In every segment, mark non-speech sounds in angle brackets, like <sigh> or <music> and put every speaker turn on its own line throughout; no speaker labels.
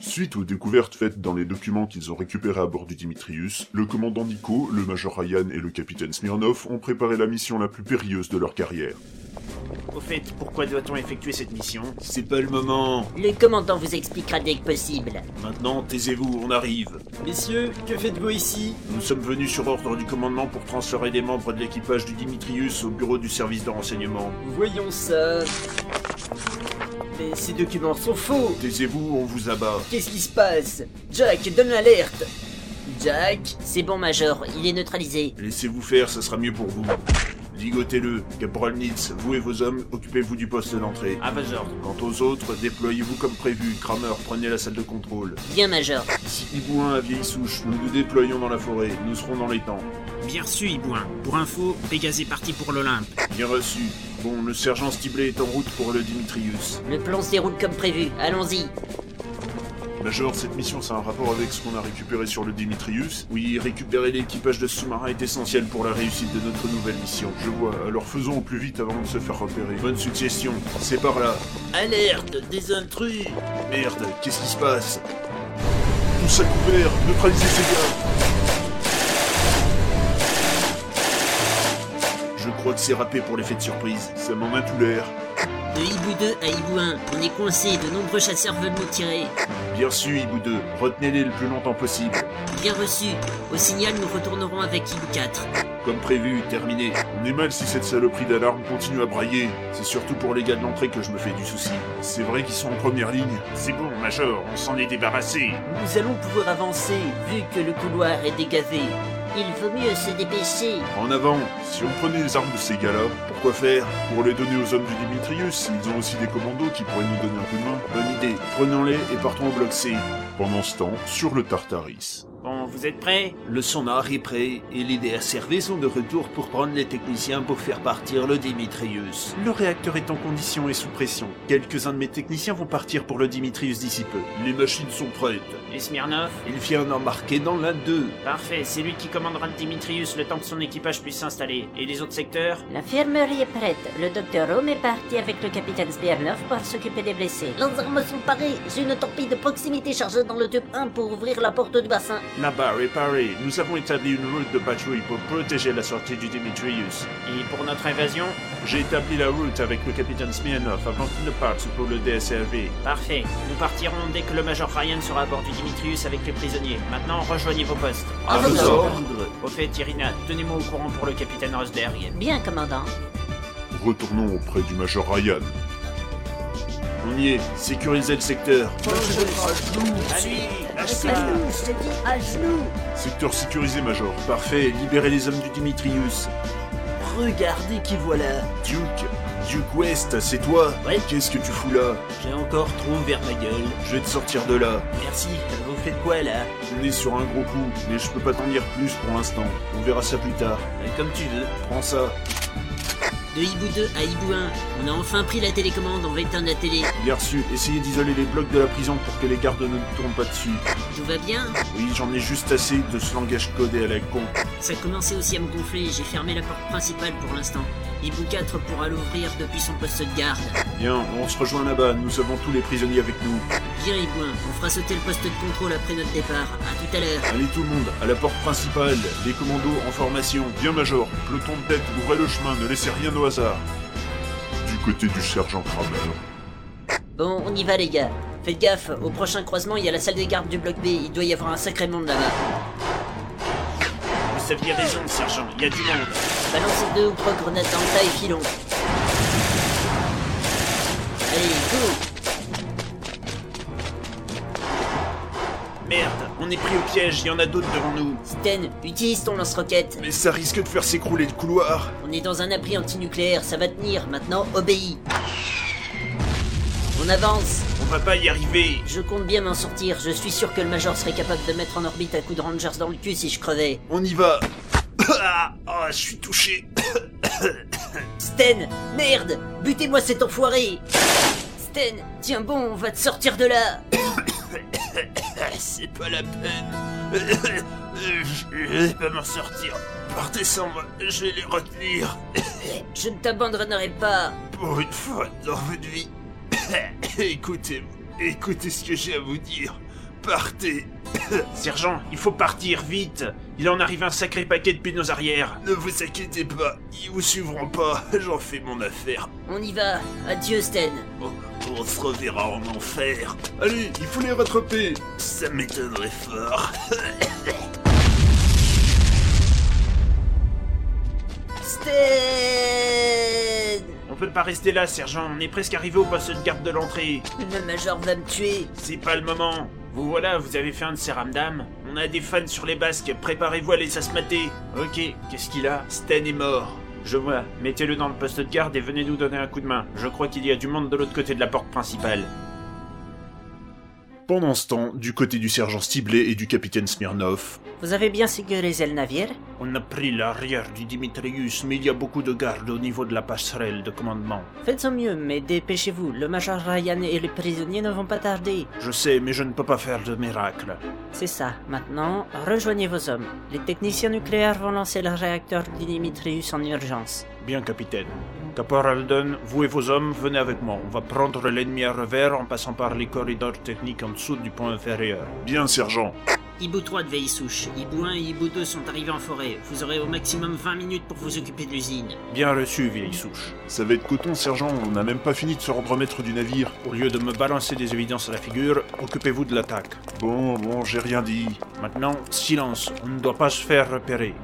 Suite aux découvertes faites dans les documents qu'ils ont récupérés à bord du Dimitrius, le commandant Nico, le major Ryan et le capitaine Smirnov ont préparé la mission la plus périlleuse de leur carrière.
Au fait, pourquoi doit-on effectuer cette mission
C'est pas le moment.
Le commandant vous expliquera dès que possible.
Maintenant, taisez-vous, on arrive.
Messieurs, que faites-vous ici
Nous sommes venus sur ordre du commandement pour transférer des membres de l'équipage du Dimitrius au bureau du service de renseignement.
Voyons ça. Mais ces documents sont faux
Taisez-vous, on vous abat.
Qu'est-ce qui se passe Jack, donne l'alerte Jack
C'est bon, Major, il est neutralisé.
Laissez-vous faire, ça sera mieux pour vous. Ligotez-le. Caporal Nitz, vous et vos hommes, occupez-vous du poste d'entrée.
Ah,
À vos ordres.
Quant aux autres, déployez-vous comme prévu. Kramer, prenez la salle de contrôle.
Bien, Major.
Si Hibouin à vieille souche, nous nous déployons dans la forêt. Nous serons dans les temps.
Bien reçu, Hibouin. Pour info, Pégase est parti pour l'Olympe.
Bien reçu. Bon, le sergent Stiblet est en route pour le Dimitrius.
Le plan se déroule comme prévu, allons-y.
Major, cette mission, ça a un rapport avec ce qu'on a récupéré sur le Dimitrius Oui, récupérer l'équipage de ce sous-marin est essentiel pour la réussite de notre nouvelle mission. Je vois, alors faisons au plus vite avant de se faire repérer. Bonne suggestion, c'est par là.
Alerte, des intrus
Merde, qu'est-ce qui se passe Tous à couvert, neutralisez ces gars Je crois que c'est râpé pour l'effet de surprise. Ça m'en a tout l'air.
De Hibou 2 à Hibou 1, on est coincé, de nombreux chasseurs veulent nous tirer.
Bien reçu, Hibou 2. Retenez-les le plus longtemps possible.
Bien reçu. Au signal, nous retournerons avec Hibou 4.
Comme prévu, terminé. On est mal si cette saloperie d'alarme continue à brailler. C'est surtout pour les gars de l'entrée que je me fais du souci. C'est vrai qu'ils sont en première ligne.
C'est bon, Major, on s'en est débarrassé.
Nous allons pouvoir avancer, vu que le couloir est dégavé. Il vaut mieux se dépêcher.
En avant, si on prenait les armes de ces gars-là, pourquoi faire Pour les donner aux hommes du Dimitrius, ils ont aussi des commandos qui pourraient nous donner un coup de main. Bonne idée, prenons-les et partons au bloc C.
Pendant ce temps, sur le Tartaris.
Bon, vous êtes prêts
Le sonar est prêt et les DRCRV sont de retour pour prendre les techniciens pour faire partir le Dimitrius. Le réacteur est en condition et sous pression. Quelques-uns de mes techniciens vont partir pour le Dimitrius d'ici peu. Les machines sont prêtes.
Et Smirnov
Il vient d'en marquer dans la 2.
Parfait, c'est lui qui commandera le Dimitrius le temps que son équipage puisse s'installer. Et les autres secteurs
L'infirmerie est prête. Le docteur Rome est parti avec le capitaine Smirnov pour s'occuper des blessés.
Les armes sont parées. J'ai une torpille de proximité chargée dans le tube 1 pour ouvrir la porte du bassin.
Là-bas, réparé. Nous avons établi une route de patrouille pour protéger la sortie du Dimitrius.
Et pour notre invasion
J'ai établi la route avec le capitaine Smirnov avant qu'il ne parte pour le DSRV.
Parfait. Nous partirons dès que le Major Ryan sera à bord du Dimitrius avec les prisonniers. Maintenant, rejoignez vos postes.
À vos ordres
Au fait, Irina, tenez-moi au courant pour le capitaine Rosberg.
Bien, commandant.
Retournons auprès du major Ryan.
On y est, sécurisez le secteur.
À lui
À genoux, je te dis, à genoux.
Secteur sécurisé, major.
Parfait, libérez les hommes du Dimitrius.
Regardez qui voilà
Duke, Duke West, c'est toi
Ouais.
Qu'est-ce que tu fous là
J'ai encore trop ouvert ma gueule.
Je vais te sortir de là.
Merci, vous faites quoi là
On est sur un gros coup, mais je peux pas t'en dire plus pour l'instant. On verra ça plus tard.
Euh, Comme tu veux.
Prends ça.
De Hibou 2 à Hibou 1, on a enfin pris la télécommande, on va éteindre la télé.
Bien reçu, essayez d'isoler les blocs de la prison pour que les gardes ne tombent pas dessus.
Tout va bien
Oui, j'en ai juste assez de ce langage codé à la con.
Ça commençait aussi à me gonfler, j'ai fermé la porte principale pour l'instant. Hibou 4 pourra l'ouvrir depuis son poste de garde.
Bien, on se rejoint là-bas, nous avons tous les prisonniers avec nous.
Bien Hibou 1, on fera sauter le poste de contrôle après notre départ. À tout à l'heure.
Allez tout le monde, à la porte principale, les commandos en formation.
Bien, major. Peloton de tête, ouvrez le chemin, ne laissez rien au hasard. Du côté du sergent Kramer.
Bon, on y va les gars. Faites gaffe, au prochain croisement, il y a la salle des gardes du bloc B, il doit y avoir un sacré monde là-bas.
Vous aviez raison, sergent, il y a du monde.
Balancez deux ou trois grenades dans le tas et filons. Allez, go
Merde, on est pris au piège, il y en a d'autres devant nous.
Sten, utilise ton lance-roquette.
Mais ça risque de faire s'écrouler le couloir.
On est dans un abri antinucléaire, ça va tenir. Maintenant, obéis. On avance.
On va pas y arriver.
Je compte bien m'en sortir. Je suis sûr que le Major serait capable de mettre en orbite un coup de Rangers dans le cul si je crevais.
On y va. <coughs> Ah, ah, je suis touché.
Sten, merde Butez-moi cet enfoiré Sten, tiens bon, on va te sortir de là
Ah,
C'est pas la
<coughs>
peine. Je vais pas m'en sortir. Par décembre, je vais les retenir.
Je ne t'abandonnerai pas.
Pour
<coughs>
une fois dans votre vie. écoutez, écoutez ce que j'ai à vous dire.
Partez
Sergent, il faut partir, vite Il en arrive un sacré paquet depuis nos arrières
Ne vous inquiétez pas, ils vous suivront pas, <laughs> j'en fais mon affaire.
On y va. Adieu, Sten.
Oh, on se reverra en enfer.
Allez, il faut les rattraper
Ça m'étonnerait fort.
Sten
On peut pas rester là, sergent, on est presque arrivé au poste de garde de l'entrée.
Le Major va me tuer.
C'est pas le moment Vous voilà, vous avez fait un de ces ramdams. On a des fans sur les basques, préparez-vous à les asmater. Ok, qu'est-ce qu'il a Sten est mort. Je vois, mettez-le dans le poste de garde et venez nous donner un coup de main. Je crois qu'il y a du monde de l'autre côté de la porte principale.
Pendant ce temps, du côté du sergent Stiblet et du capitaine Smirnov,
Vous avez bien sécurisé le navire
On a pris l'arrière du Dimitrius, mais il y a beaucoup de gardes au niveau de la passerelle de commandement.
Faites au mieux, mais dépêchez-vous. Le Major Ryan et les prisonniers ne vont pas tarder.
Je sais, mais je ne peux pas faire de miracle.
C'est ça. Maintenant, rejoignez vos hommes. Les techniciens nucléaires vont lancer le réacteur Dimitrius en urgence.
Bien, capitaine. Caporal Dunn, vous et vos hommes, venez avec moi. On va prendre l'ennemi à revers en passant par les corridors techniques en dessous du pont inférieur.
bien sergent,
Hibou 3 de Veillesouche, Hibou 1 et Hibou 2 sont arrivés en forêt. Vous aurez au maximum 20 minutes pour vous occuper de l'usine. Bien reçu, vieille souche.
ça va être coton sergent, on n'a même pas fini de se rendre maître du navire.
Au lieu de me balancer des évidences à la figure, occupez-vous de l'attaque.
Bon, bon, j'ai rien dit.
Maintenant, silence, on ne doit pas se faire repérer.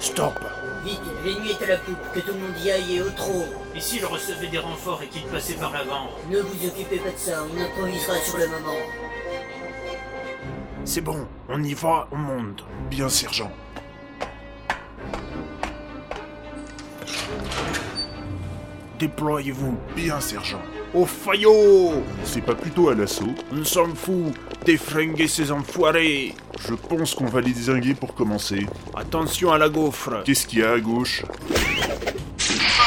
Stop
Vite, l'ennemi est à la poupe, que tout le monde y aille et au trot.
Et s'il recevait des renforts et qu'il passait par l'avant
Ne vous occupez pas de ça, on improvisera sur le moment.
C'est bon, on y va, on monte.
Bien sergent.
Déployez-vous.
Bien sergent.
Au faillot
C'est pas plutôt à l'assaut
On s'en fout Défringuez ces enfoirés
Je pense qu'on va les désinguer pour commencer.
Attention à la gaufre
Qu'est-ce qu'il y a à gauche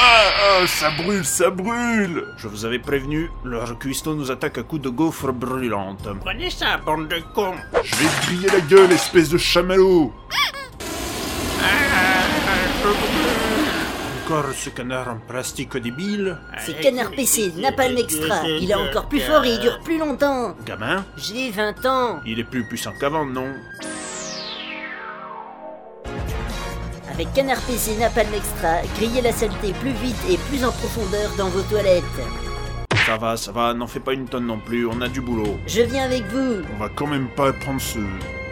ah, ah, ça brûle, ça brûle
Je vous avais prévenu, leur cuistot nous attaque à coups de gaufre brûlante. Prenez ça, bande de cons
Je vais te griller la gueule, espèce de chamallow
Encore ce canard en plastique débile
C'est Canard PC, Napalm Extra. Il est encore plus fort et il dure plus longtemps.
Gamin
J'ai 20 ans.
Il est plus puissant qu'avant, non
Avec Canard PC Napalm Extra, grillez la saleté plus vite et plus en profondeur dans vos toilettes.
Ça va, ça va, n'en fais pas une tonne non plus, on a du boulot.
Je viens avec vous.
On va quand même pas prendre ce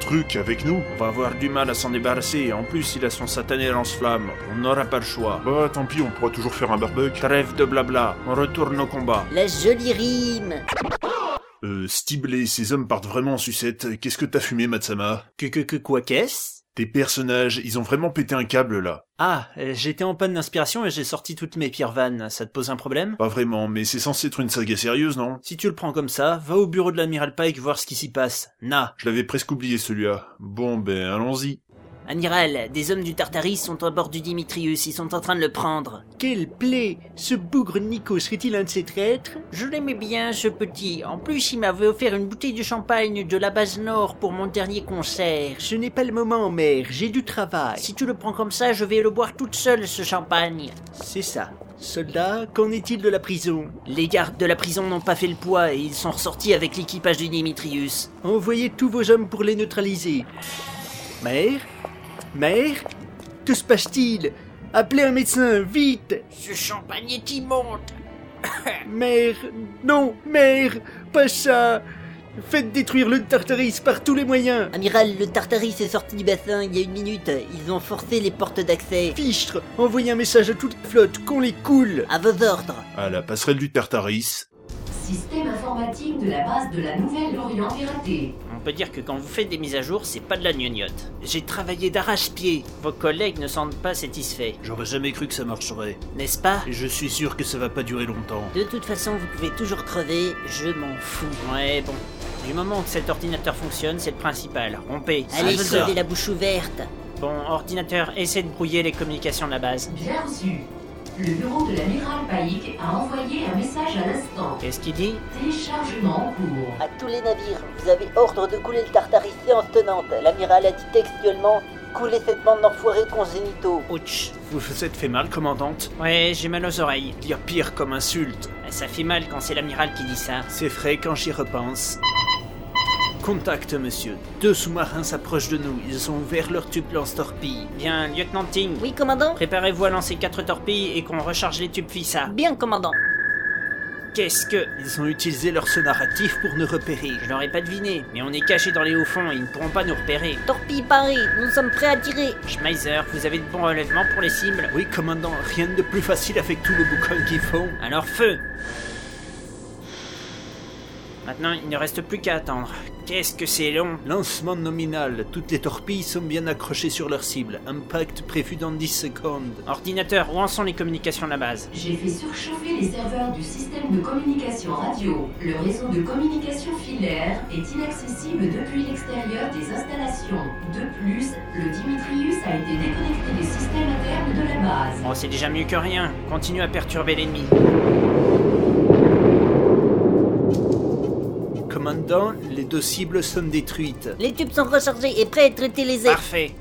truc avec nous
On va avoir du mal à s'en débarrasser, en plus il a son satané lance-flamme, on n'aura pas le choix.
Bah tant pis, on pourra toujours faire un barbecue.
Trêve de blabla, on retourne au combat.
La jolie rime.
Euh, Stibler, ces hommes partent vraiment en sucette. Qu'est-ce que t'as fumé, Matsama
Que que que quoi qu'est-ce
Tes personnages, ils ont vraiment pété un câble là.
Ah, euh, j'étais en panne d'inspiration et j'ai sorti toutes mes pires vannes. Ça te pose un problème
Pas vraiment, mais c'est censé être une saga sérieuse, non
Si tu le prends comme ça, va au bureau de l'amiral Pike voir ce qui s'y passe. Na.
Je l'avais presque oublié celui-là. Bon ben, allons-y.
Amiral, des hommes du Tartaris sont à bord du Dimitrius, ils sont en train de le prendre.
Quelle plaie Ce bougre Nico serait-il un de ces traîtres Je l'aimais bien, ce petit. En plus, il m'avait offert une bouteille de champagne de la base nord pour mon dernier concert.
Ce n'est pas le moment, mère, j'ai du travail.
Si tu le prends comme ça, je vais le boire toute seule, ce champagne.
C'est ça. Soldat, qu'en est-il de la prison
Les gardes de la prison n'ont pas fait le poids et ils sont ressortis avec l'équipage du Dimitrius.
Envoyez tous vos hommes pour les neutraliser. Mère Mère Que se passe-t-il Appelez un médecin, vite
Ce champagne est immonde
Mère Non, mère Pas ça Faites détruire le Tartaris par tous les moyens
Amiral, le Tartaris est sorti du bassin il y a une minute. Ils ont forcé les portes d'accès.
Fichtre Envoyez un message à toute la flotte, qu'on les coule
À vos ordres.
À la passerelle du Tartaris.
Système informatique de la base de la Nouvelle-Orient piraté.
On peut dire que quand vous faites des mises à jour, c'est pas de la gnognotte. J'ai travaillé d'arrache-pied. Vos collègues ne semblent pas satisfaits,
J'aurais jamais cru que ça marcherait.
n'est-ce pas
Et je suis sûr que ça va pas durer longtemps.
De toute façon, vous pouvez toujours crever. Je m'en fous.
Ouais, bon. Du moment que cet ordinateur fonctionne, c'est le principal. Rompez.
Allez,
Ça me sort.
crevez la bouche ouverte.
Bon, ordinateur, essaie de brouiller les communications de la base.
Bien reçu. Le bureau de l'amiral Paik a envoyé un message à l'instant.
Qu'est-ce qu'il dit
Téléchargement en cours.
À tous les navires, vous avez ordre de couler le Tartaris séance tenante. L'amiral a dit textuellement coups les vêtements de l'enfoiré congénitaux.
Ouch.
Vous vous êtes fait mal, commandante
Ouais, j'ai mal aux oreilles. Ah,
Dire pire comme insulte.
Ça fait mal quand c'est l'amiral qui dit ça.
C'est frais quand j'y repense. Contact, monsieur. Deux sous-marins s'approchent de nous. Ils ont ouvert leurs tubes lance-torpilles.
Bien, lieutenant Ting.
Oui, commandant
Préparez-vous à lancer quatre torpilles et qu'on recharge les tubes Fissa.
Bien, commandant.
Qu'est-ce que.
Ils ont utilisé leur sonaratif pour nous repérer.
Je l'aurais pas deviné, mais on est caché dans les hauts fonds et ils ne pourront pas nous repérer.
Torpille parée, nous sommes prêts à tirer.
Schmeiser, vous avez de bons relèvements pour les cibles
Oui, commandant, rien de plus facile avec tout le boucan qu'ils font.
Alors feu Maintenant, il ne reste plus qu'à attendre. Qu'est-ce que c'est long
Lancement nominal. Toutes les torpilles sont bien accrochées sur leur cible. Impact prévu dans 10 secondes.
Ordinateur, où en sont les communications de la base
J'ai fait surchauffer les serveurs du système de communication radio. Le réseau de communication filaire est inaccessible depuis l'extérieur des installations. De plus, le Dimitrius a été déconnecté des systèmes internes de la base.
Oh, c'est déjà mieux que rien. Continue à perturber l'ennemi.
Commandant, les deux cibles sont détruites.
Les tubes sont rechargés et prêts à traiter les ailes.
Parfait.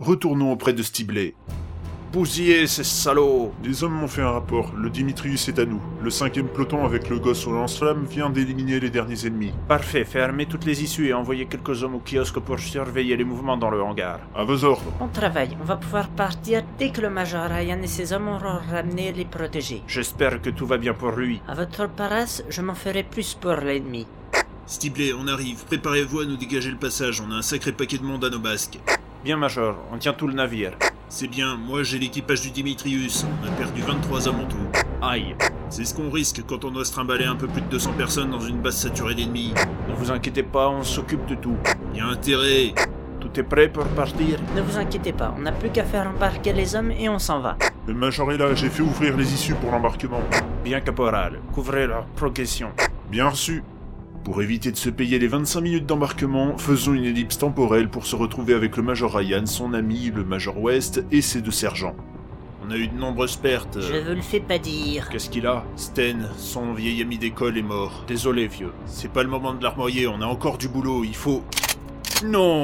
Retournons auprès de Stiblet.
Bousillez ces salauds
Des hommes m'ont fait un rapport. Le Dimitrius est à nous. Le cinquième peloton avec le gosse au lance-flamme vient d'éliminer les derniers ennemis.
Parfait, fermez toutes les issues et envoyez quelques hommes au kiosque pour surveiller les mouvements dans le hangar.
À vos ordres.
On travaille. On va pouvoir partir dès que le Major Ryan et ses hommes auront ramené les protégés.
J'espère que tout va bien pour lui.
À votre paresse, je m'en ferai plus pour l'ennemi.
Stiblet, on arrive. Préparez-vous à nous dégager le passage. On a un sacré paquet de monde à nos basques.
Bien, Major, on tient tout le navire.
C'est bien, moi j'ai l'équipage du Dimitrius. On a perdu 23 hommes en tout.
Aïe.
C'est ce qu'on risque quand on doit se trimballer un peu plus de 200 personnes dans une base saturée d'ennemis.
Ne vous inquiétez pas, on s'occupe de tout.
Y a intérêt.
Tout est prêt pour partir
Ne vous inquiétez pas, on n'a plus qu'à faire embarquer les hommes et on s'en va.
Le major est là, j'ai fait ouvrir les issues pour l'embarquement.
Bien, caporal. Couvrez leur progression.
Bien reçu. Pour éviter de se payer les 25 minutes d'embarquement, faisons une ellipse temporelle pour se retrouver avec le Major Ryan, son ami, le Major West et ses deux sergents.
On a eu de nombreuses pertes.
Je vous le fais pas dire.
Qu'est-ce qu'il a Sten, son vieil ami d'école, est mort. Désolé, vieux. C'est pas le moment de l'armoyer, on a encore du boulot, il faut. Non